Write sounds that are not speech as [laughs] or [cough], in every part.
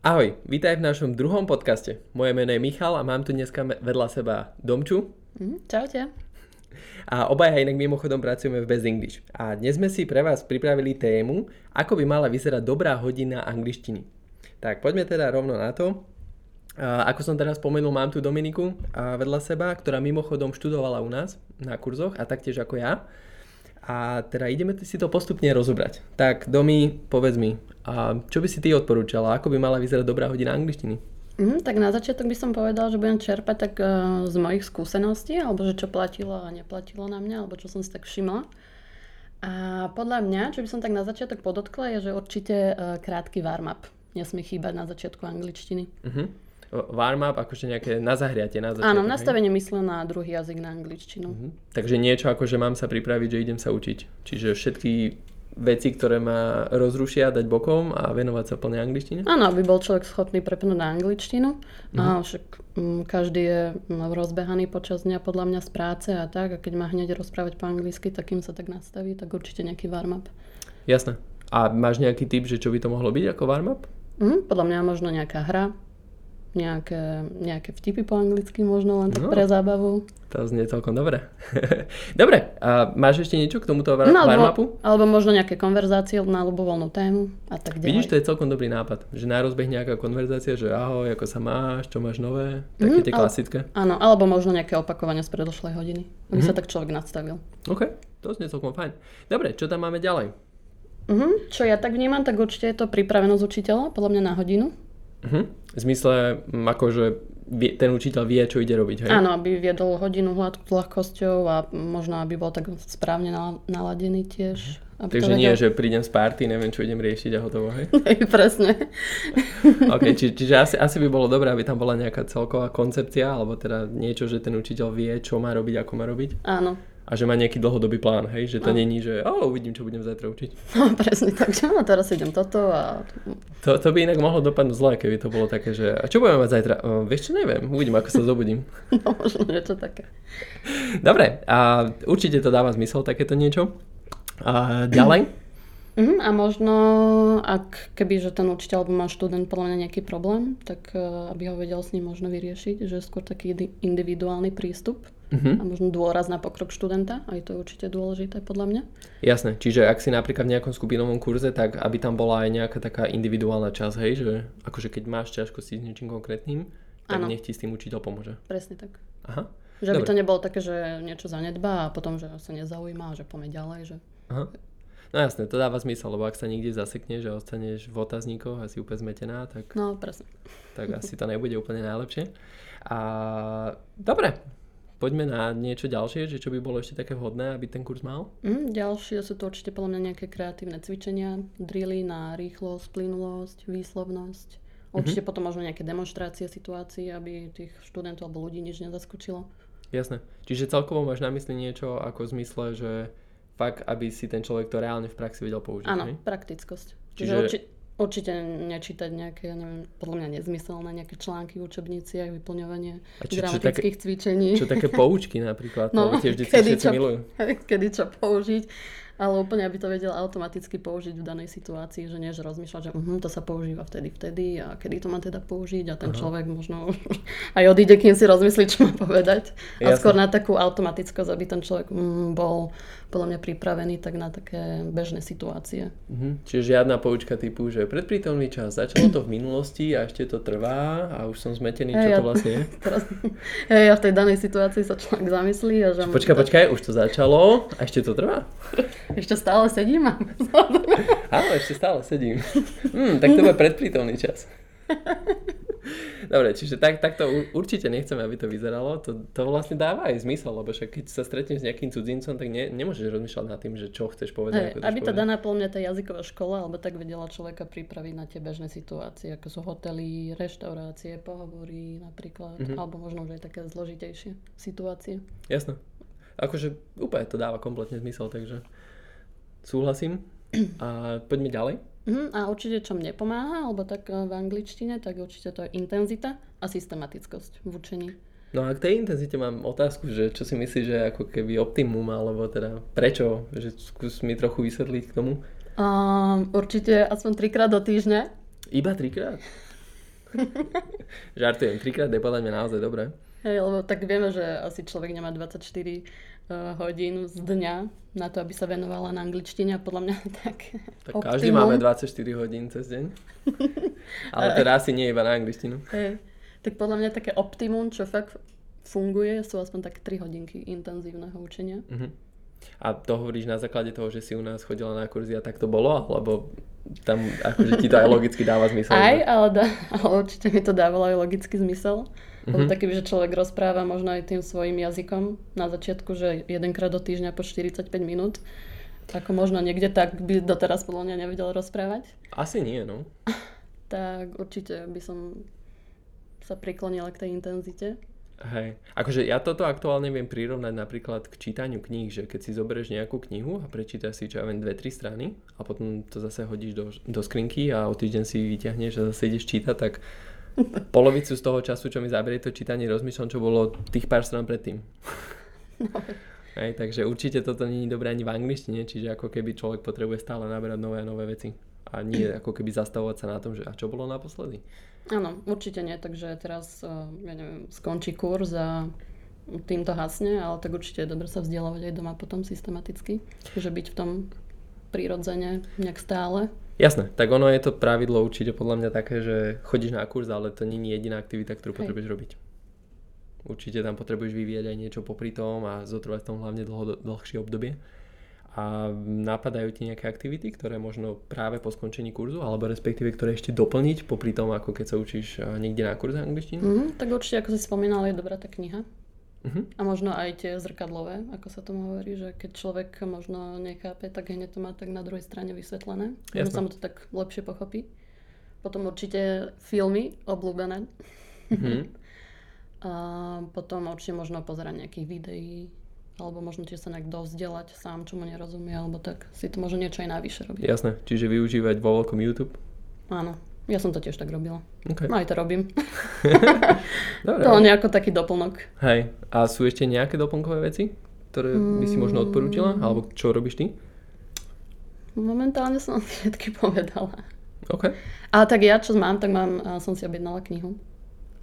Ahoj, vítaj v našom druhom podcaste. Moje meno je Michal a mám tu dneska me- vedľa seba Domču. Mhm, čaute. A obaja inak mimochodom pracujeme v Best English. A dnes sme si pre vás pripravili tému, ako by mala vyzerať dobrá hodina angličtiny. Tak poďme teda rovno na to. A ako som teraz spomenul, mám tu Dominiku a vedľa seba, ktorá mimochodom študovala u nás na kurzoch a taktiež ako ja. A teda ideme si to postupne rozobrať. Tak Domi, povedz mi, a čo by si ty odporúčala, ako by mala vyzerať dobrá hodina angličtiny? Mhm, tak na začiatok by som povedal, že budem čerpať tak eh, z mojich skúseností, alebo že čo platilo a neplatilo na mňa, alebo čo som si tak všimla. A podľa mňa, čo by som tak na začiatok podotkla, je, že určite eh, krátky warm-up. Nesmie chýbať na začiatku angličtiny. Uh-huh. Warm up, akože nejaké na zahriatie, na začiatok. Áno, hej? nastavenie mysle na druhý jazyk, na angličtinu. Mhm. Takže niečo ako, že mám sa pripraviť, že idem sa učiť. Čiže všetky veci, ktoré ma rozrušia, dať bokom a venovať sa plne angličtine. Áno, aby bol človek schopný prepnúť na angličtinu. Mhm. A však mm, každý je mm, rozbehaný počas dňa podľa mňa z práce a tak. A keď má hneď rozprávať po anglicky, tak kým sa tak nastaví, tak určite nejaký warm-up. Jasné. A máš nejaký tip, že čo by to mohlo byť ako warm up? Mhm, podľa mňa možno nejaká hra, nejaké, nejaké vtipy po anglicky možno len tak No. pre zábavu. To znie celkom dobre. [laughs] dobre, a máš ešte niečo k tomuto war- No, warm upu? alebo, alebo možno nejaké konverzácie na ľubovoľnú tému a tak ďalej. Vidíš, to je celkom dobrý nápad, že na rozbeh nejaká konverzácia, že ahoj, ako sa máš, čo máš nové, také Mhm, tie ale- klasické. Áno, alebo možno nejaké opakovanie z predošlej hodiny, Mhm. aby sa tak človek nastavil. OK, to znie celkom fajn. Dobre, čo tam máme ďalej? Mhm, čo ja tak vnímam, tak určite je to pripravenosť učiteľa, podľa mňa na hodinu. Mhm. V zmysle, m, akože vie, ten učiteľ vie, čo ide robiť, hej? Áno, aby viedol hodinu hladkú s ľahkosťou a možno, aby bol tak správne nala- naladený tiež. Mhm. Aby to Takže nie, vedel- že prídem z party, neviem, čo idem riešiť a hotovo, hej? [laughs] Hej, Presne. OK, či, čiže asi, asi by bolo dobré, aby tam bola nejaká celková koncepcia, alebo teda niečo, že ten učiteľ vie, čo má robiť, ako má robiť. Áno. A že má nejaký dlhodobý plán, hej? Že to není, že o, uvidím, čo budem zajtra učiť. No, presne tak, že áno, teraz idem toto a... To, to by inak mohlo dopadnúť zle, keby to bolo také, že a čo budeme mať zajtra? O, vieš čo, neviem, uvidím, ako sa [laughs] zobudím. No, možno niečo také. Dobre, a určite to dáva zmysel takéto niečo. A ďalej? Mhm, a možno, ak keby, že ten učiteľ alebo má študent podľa mňa nejaký problém, tak eh, aby ho vedel s ním možno vyriešiť, že skôr taký indi- individuálny prístup Mhm. a možno dôraz na pokrok študenta, aj to je určite dôležité podľa mňa. Jasné, čiže ak si napríklad v nejakom skupinovom kurze, tak aby tam bola aj nejaká taká individuálna časť, hej, že akože keď máš ťažkosti s niečím konkrétnym, tak Áno. nech ti s tým učiteľ pomôže. Presne tak. Aha. Že aby Dobre. to nebolo také, že niečo zanedbá a potom, že sa nezaujíma a že poďme ďalej, že Aha. No jasné, to dáva zmysel, lebo ak sa niekde zasekneš a ostaneš v otázníkoch a si úplne zmetená, tak, no presne. tak asi to nebude úplne najlepšie. A dobre, poďme na niečo ďalšie, že čo by bolo ešte také vhodné, aby ten kurz mal. Mm, ďalšie sú to určite podľa mňa nejaké kreatívne cvičenia, drily na rýchlosť, plynulosť, výslovnosť. Určite potom možno nejaké demonstrácie situácií, aby tých študentov alebo ľudí nič nezaskočilo. Jasné. Čiže celkovo máš na mysli niečo ako v zmysle, že fakt, aby si ten človek to reálne v praxi vedel použiť. Áno, hej? praktickosť. Čiže Čiže- urči, určite nečítať nejaké, ja neviem, podľa mňa nezmyselné nejaké články v učebniciach, vyplňovanie A čo- čo gramatických cvičení. Čo [laughs] také poučky napríklad, no, No, to tie vždy kedy všetci čo- milujú. kedy čo použiť, ale úplne aby to vedel automaticky použiť v danej situácii, že nie, že rozmýšľať, že uh to sa používa vtedy, vtedy a kedy to má teda použiť a ten človek možno [laughs] aj odíde, kým si rozmyslí, čo má povedať. A Jasné. skôr na takú automatickosť, aby ten človek mm, bol podľa mňa pripravený tak na také bežné situácie. Mhm. Čiže žiadna poučka typu, že predprítomný čas, začalo to v minulosti a ešte to trvá a už som zmetený, čo Hej, to ja- vlastne je. [laughs] Teraz, hej, a v tej danej situácii sa človek zamyslí a že mu- Počkaj, počkaj, už to začalo a ešte to trvá. ešte stále sedím a [laughs] Áno, ešte stále sedím. Hm, tak to bude predprítomný čas. [laughs] Dobre, čiže tak, takto u- určite nechceme, aby to vyzeralo. To, to vlastne dáva aj zmysel, lebo však keď sa stretneš s nejakým cudzincom, tak ne, nemôžeš rozmýšľať nad tým, že čo chceš povedať. Hej, ako to aby chceš tá povedať. daná plne tá jazyková škola, alebo tak vedela človeka pripraviť na tie bežné situácie, ako sú hotely, reštaurácie, pohovory napríklad, Mhm. alebo možno už aj také zložitejšie situácie. Jasné. Akože úplne to dáva kompletne zmysel, takže súhlasím. A poďme ďalej. Mhm, a určite, čo mne pomáha, alebo tak e, v angličtine, tak určite to je intenzita a systematickosť v učení. No a k tej intenzite mám otázku, že čo si myslíš, že je ako keby optimum, alebo teda prečo? Že skús mi trochu vysvetliť k tomu. Ehm, Um, určite aspoň trikrát do týždňa. Iba trikrát? Žartujem, trikrát je podľa mňa naozaj dobré. Hej, lebo tak vieme, že asi človek nemá 24 eh, hodín z dňa na to, aby sa venovala na angličtine a podľa mňa [laughs] tak Tak každý máme 24 hodín cez deň. Ale teda asi nie iba na angličtinu. Hej. Tak podľa mňa také optimum, čo fakt funguje, sú aspoň tak 3 hodinky intenzívneho učenia. Mhm. A to hovoríš na základe toho, že si u nás chodila na kurzy a tak to bolo? Lebo tam akože ti to aj logicky dáva zmysel. Aj, že- ale, dá, [laughs] ale určite mi to dávalo aj logický zmysel. Lebo taký, že človek rozpráva možno aj tým svojim jazykom na začiatku, že jedenkrát do týždňa po 45 minút. Ako možno niekde tak by doteraz podľa mňa nevedel rozprávať. Asi nie, no. Tak určite by som sa priklonila k tej intenzite. Hej. Akože ja toto aktuálne viem prirovnať napríklad k čítaniu kníh, že keď si zoberieš nejakú knihu a prečítaš si čo ja viem, dve, tri strany a potom to zase hodíš do, do skrinky a o týždeň si vyťahneš a zase ideš čítať, tak polovicu z toho času, čo mi zaberie to čítanie, rozmýšľam, čo bolo tých pár strán predtým. Hej, takže určite toto není dobré ani v angličtine, čiže ako keby človek potrebuje stále naberať nové a nové veci. A nie ako keby zastavovať sa na tom, že a čo bolo naposledy. Áno, určite nie, takže teraz, eh, ja neviem, skončí kurz a týmto hasne, ale tak určite je dobre sa vzdelávať aj doma potom systematicky, že byť v tom prirodzene nejak stále. Jasné, tak ono je to pravidlo určite podľa mňa také, že chodíš na kurz, ale to nie je jediná aktivita, ktorú Hej. potrebuješ robiť. Určite tam potrebuješ vyvíjať aj niečo popri tom a zotrvať v tom hlavne dlho, dlhšie obdobie. A napadajú ti nejaké aktivity, ktoré možno práve po skončení kurzu, alebo respektíve ktoré ešte doplniť popri tom, ako keď sa učíš eh, niekde na kurze angličtiny? Mhm, tak určite, ako si spomínala, je dobrá tá kniha. Mhm. A možno aj tie zrkadlové, ako sa tomu hovorí, že keď človek možno nechápe, tak hneď to má tak na druhej strane vysvetlené. Jasne. Jasné. sa mu to tak lepšie pochopí. Potom určite filmy obľúbené. Mhm. [laughs] A potom určite možno pozerať nejakých videí, alebo možno tiež sa nejak dozdelať sám, čo mu nerozumie, alebo tak si to možno niečo aj navyše robiť. Jasné, čiže využívať vo veľkom YouTube. Áno, ja som to tiež tak robila. Okay. No aj to robím. Dobre. To len je ako taký doplnok. Hej, a sú ešte nejaké doplnkové veci, ktoré by Mm. si možno odporúčila? Alebo čo robíš ty? Momentálne som [laughs] všetky povedala. OK. Ale tak ja, čo mám, tak mám, a som si objednala knihu.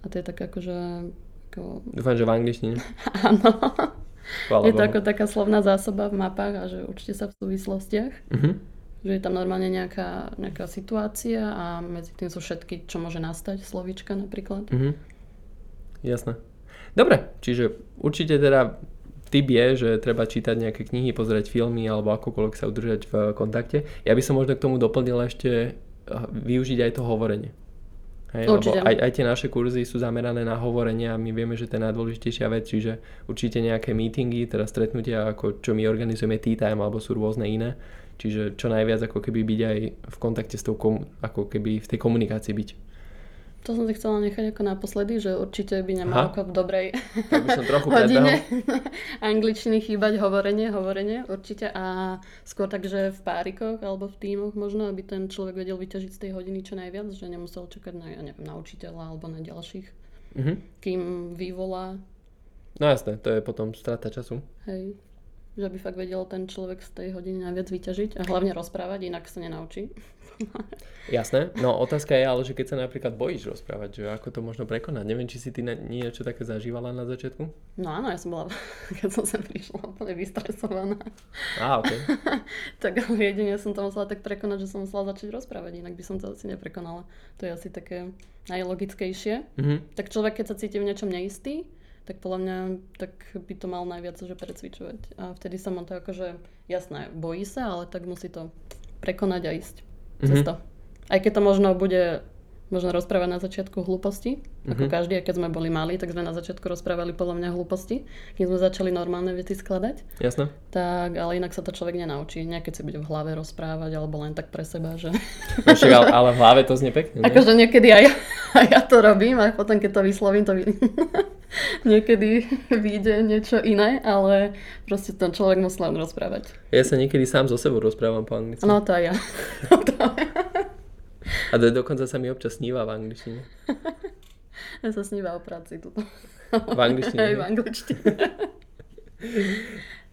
A to je tak akože... Ako, Dúfam, že v angličtine. áno. Chvála Je to Bohu. ako taká slovná zásoba v mapách a že určite sa v súvislostiach. Mhm. Že je tam normálne nejaká, nejaká situácia a medzi tým sú všetky, čo môže nastať, slovíčka napríklad. Mhm. Jasné. Dobre, čiže určite teda typ je, že treba čítať nejaké knihy, pozerať filmy alebo akokoľvek sa udržať v kontakte. Ja by som možno k tomu doplnil ešte eh, využiť aj to hovorenie. Hej, lebo Určite. aj, aj tie naše kurzy sú zamerané na hovorenie a my vieme, že to je najdôležitejšia vec, čiže určite nejaké meetingy, teda stretnutia, ako čo my organizujeme tea time, alebo sú rôzne iné. Čiže čo najviac ako keby byť aj v kontakte s tou, komu- ako keby v tej komunikácii byť. To som si chcela nechať ako naposledy, že určite by Aha. nemalo ako v dobrej Tak by som trochu predbehol. hodine [laughs] angličtiny chýbať hovorenie, hovorenie určite a skôr tak, že v párikoch alebo v tímoch možno, aby ten človek vedel vyťažiť z tej hodiny čo najviac, že nemusel čakať na, ja neviem, na učiteľa alebo na ďalších, Mhm. kým vyvolá, No jasné, to je potom strata času. hej, že by fakt vedel ten človek z tej hodiny najviac vyťažiť a hlavne rozprávať, inak sa nenaučí. Jasné, no otázka je ale, že keď sa napríklad bojíš rozprávať, že ako to možno prekonať. Neviem, či si ty na, niečo také zažívala na začiatku? No áno, ja som bola, [laughs] keď som sem prišla, úplne vystresovaná. Á, ok. Tak ale jedine som to musela tak prekonať, že som musela začať rozprávať, inak by som to asi neprekonala. To je asi také najlogickejšie. Mhm. Tak človek, keď sa cíti v niečom neistý, tak podľa mňa tak by to mal najviac že precvičovať. A vtedy sa mu to akože, jasné, bojí sa, ale tak musí to prekonať a ísť cez Mhm. to. Aj keď to možno bude možno rozprávať na začiatku hlúposti, ako Mhm. každý, aj keď sme boli mali, tak sme na začiatku rozprávali podľa mňa hlúposti, keď sme začali normálne veci skladať. Jasné. Tak, ale inak sa to človek nenaučí. Nejaké si bude v hlave rozprávať, alebo len tak pre seba, že... No, však, ale, ale v hlave to znie pekne. ne? Akože niekedy aj, aj ja to robím a potom, keď to vyslovím, to vy... [laughs] niekedy vyjde niečo iné, ale proste ten človek musí len rozprávať. Ja sa niekedy sám so sebou rozprávam po anglicky. No to aj ja. To- A do, dokonca sa mi občas sníva v angličtine. ja sa sníva o práci tuto. V angličtine, Hej, hej? v [laughs] angličtine.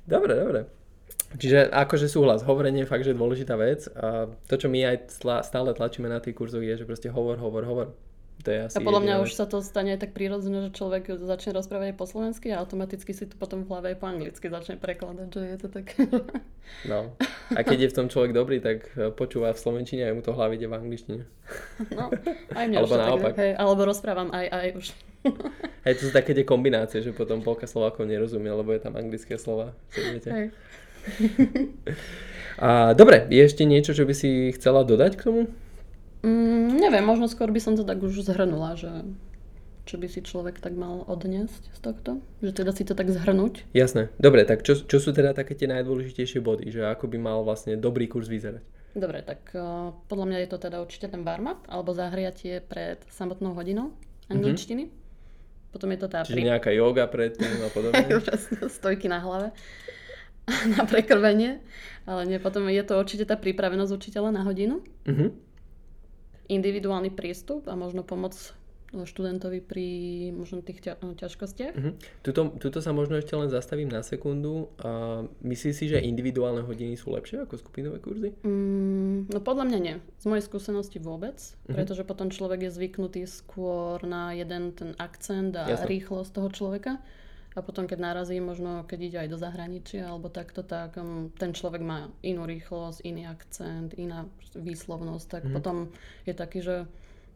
Dobre, dobre. Čiže akože súhlas, hovorenie je fakt, že je dôležitá vec a to, čo my aj tla, stále tlačíme na tých kurzoch je, že proste hovor, hovor, hovor. To je asi A podľa mňa jediná už vec. sa to stane aj tak prírodzené, že človek začne rozprávať aj po slovensky a automaticky si to potom v hlave aj po anglicky začne prekladať, že je to tak... [laughs] No. A keď je v tom človek dobrý, tak e, počúva v slovenčine a mu to v hlave ide v angličtine. [laughs] no, aj mňa Alebo už to naopak. Tak, hej, alebo rozprávam aj, aj už. Hej, to sú také tie kombinácie, že potom polka Slovákov nerozumie, lebo je tam anglické slova. Rozumiete? [laughs] Hej. A dobre, je ešte niečo, čo by si chcela dodať k tomu? Mm, neviem, možno skôr by som to tak už zhrnula, že čo by si človek tak mal odniesť z tohto? Že teda si to tak zhrnúť? Jasné. Dobre, tak čo, čo sú teda také tie najdôležitejšie body, že ako by mal vlastne dobrý kurz vyzerať? Dobre, tak eh, podľa mňa je to teda určite ten warm-up alebo zahriatie pred samotnou hodinou angličtiny. Potom je to Mhm. tá [laughs] Čiže nejaká yoga predtým a podobne. Úžasné stojky na hlave [laughs] na prekrvenie, ale nie, potom je to určite tá pripravenosť učiteľa na hodinu, Mhm. individuálny prístup a možno pomoc no, študentovi pri možno tých ťa- e, ťažkostiach. Mhm. Tuto, tuto sa možno ešte len zastavím na sekundu. A myslíš si, že individuálne hodiny sú lepšie ako skupinové kurzy? Mm, no podľa mňa nie. Z mojej skúsenosti vôbec, Mhm. pretože potom človek je zvyknutý skôr na jeden ten akcent a Jasné. rýchlosť toho človeka. A potom, keď narazí, možno keď ide aj do zahraničia alebo takto, tak um, ten človek má inú rýchlosť, iný akcent, iná výslovnosť, tak Mhm. potom je taký, že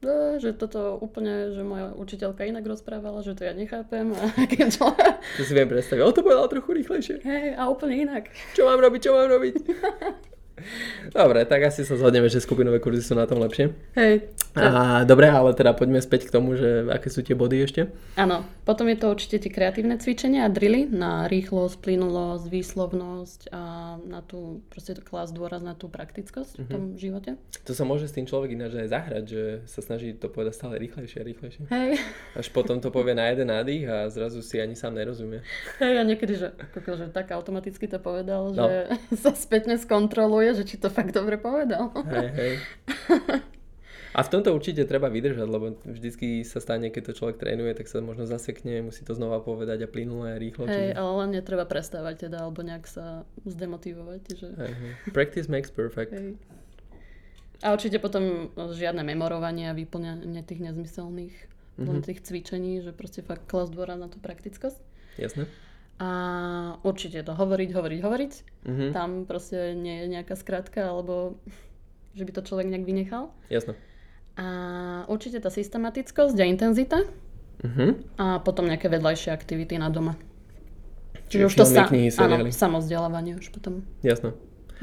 "Eh, že toto úplne, že moja učiteľka inak rozprávala, že to ja nechápem [laughs] a, keď človek, To si viem predstaviť. O, to povedal trochu rýchlejšie. hej, a úplne inak. Čo mám robiť, čo mám robiť? [laughs] Dobre, tak asi sa zhodneme, že skupinové kurzy sú na tom lepšie. Hej, A, dobre, ale teda poďme späť k tomu, že aké sú tie body ešte. Áno, potom je to určite tie kreatívne cvičenia a drily na rýchlosť, plynulosť, výslovnosť a na tú, proste to klás dôraz na tú praktickosť v tom živote. To sa môže s tým človek ináč aj zahrať, že sa snaží to povedať stále rýchlejšie a rýchlejšie. Hej, [laughs] Až potom to povie na jeden nádych a zrazu si ani sám nerozumie. hej, a niekedy, že, koko, že tak automaticky to povedal, No. že [laughs] sa spätne skontroluje, že či to fakt dobre povedal. Hej, hej. A v tomto určite treba vydržať, lebo vždycky sa stane, keď to človek trénuje, tak sa možno zasekne, musí to znova povedať a plynulo a rýchlo. čiže- Hej, ale len netreba prestávať teda, alebo nejak sa zdemotivovať, že... Hej, hej. Practice makes perfect. Hej. A určite potom no, žiadne memorovanie a vyplňanie tých nezmyselných Mhm. len tých cvičení, že proste fakt klas dôraz na tú praktickosť. Jasné? A určite to hovoriť, hovoriť, hovoriť. Mhm. Tam proste nie je nejaká skratka, alebo že by to človek nejak vynechal. Jasné. A určite tá systematickosť a intenzita Mhm. a potom nejaké vedľajšie aktivity na doma. Čiže filmy, knihy, áno, seriály. samozdelávanie už potom. Jasné.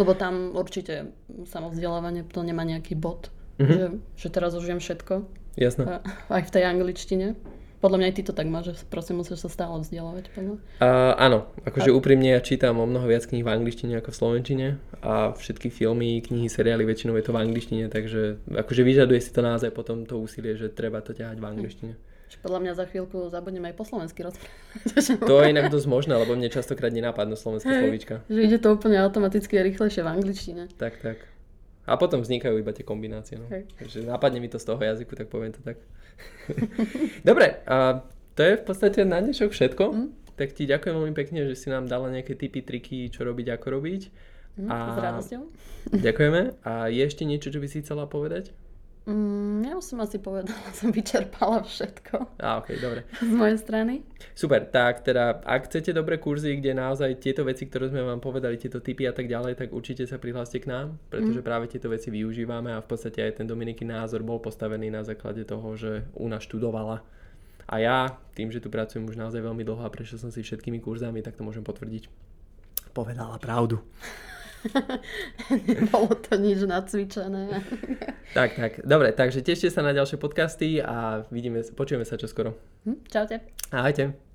Lebo tam určite samozdelávanie to nemá nejaký bod. Mhm. Že, že teraz už viem všetko. Jasné. A, aj v tej angličtine. Podľa mňa aj ty to tak máš, že proste musíš sa stále vzdelávať. Podľa. A, áno, akože úprimne ja čítam o mnoho viac kníh v angličtine ako v slovenčine a všetky filmy, knihy, seriály, väčšinou je to v angličtine, takže akože vyžaduje si to naozaj potom to úsilie, že treba to ťahať v angličtine. Čiže podľa mňa za chvíľku zabudneme aj po slovensky rozprávať. To je inak dosť možné, lebo mne častokrát nenápadnú slovenské Hej. slovíčka. Že ide to úplne automaticky a rýchlejšie v angličtine. Tak, tak. A potom vznikajú iba tie kombinácie. No. Hej. Takže napadne mi to z toho jazyku, tak poviem to tak. [laughs] Dobre, a to je v podstate na dnešok všetko. Mm. Tak ti ďakujem veľmi pekne, že si nám dala nejaké tipy, triky, čo robiť, ako robiť. Hm, A- S radosťou. Ďakujeme. A je ešte niečo, čo by si chcela povedať? Mm, ja už som asi povedala, [laughs] som vyčerpala všetko Á, ok, dobre. z mojej strany. [laughs] Super, tak teda, ak chcete dobré kurzy, kde naozaj tieto veci, ktoré sme vám povedali, tieto typy a tak ďalej, tak určite sa prihláste k nám, pretože práve tieto veci využívame a v podstate aj ten Dominiky názor bol postavený na základe toho, že Una študovala. A ja, tým, že tu pracujem už naozaj veľmi dlho a prešiel som si všetkými kurzami, tak to môžem potvrdiť. Povedala pravdu. Nebolo to nič nacvičené. Tak, tak, dobre, takže tešte sa na ďalšie podcasty a vidíme, počujeme sa čoskoro. Hm, čaute. Ahojte.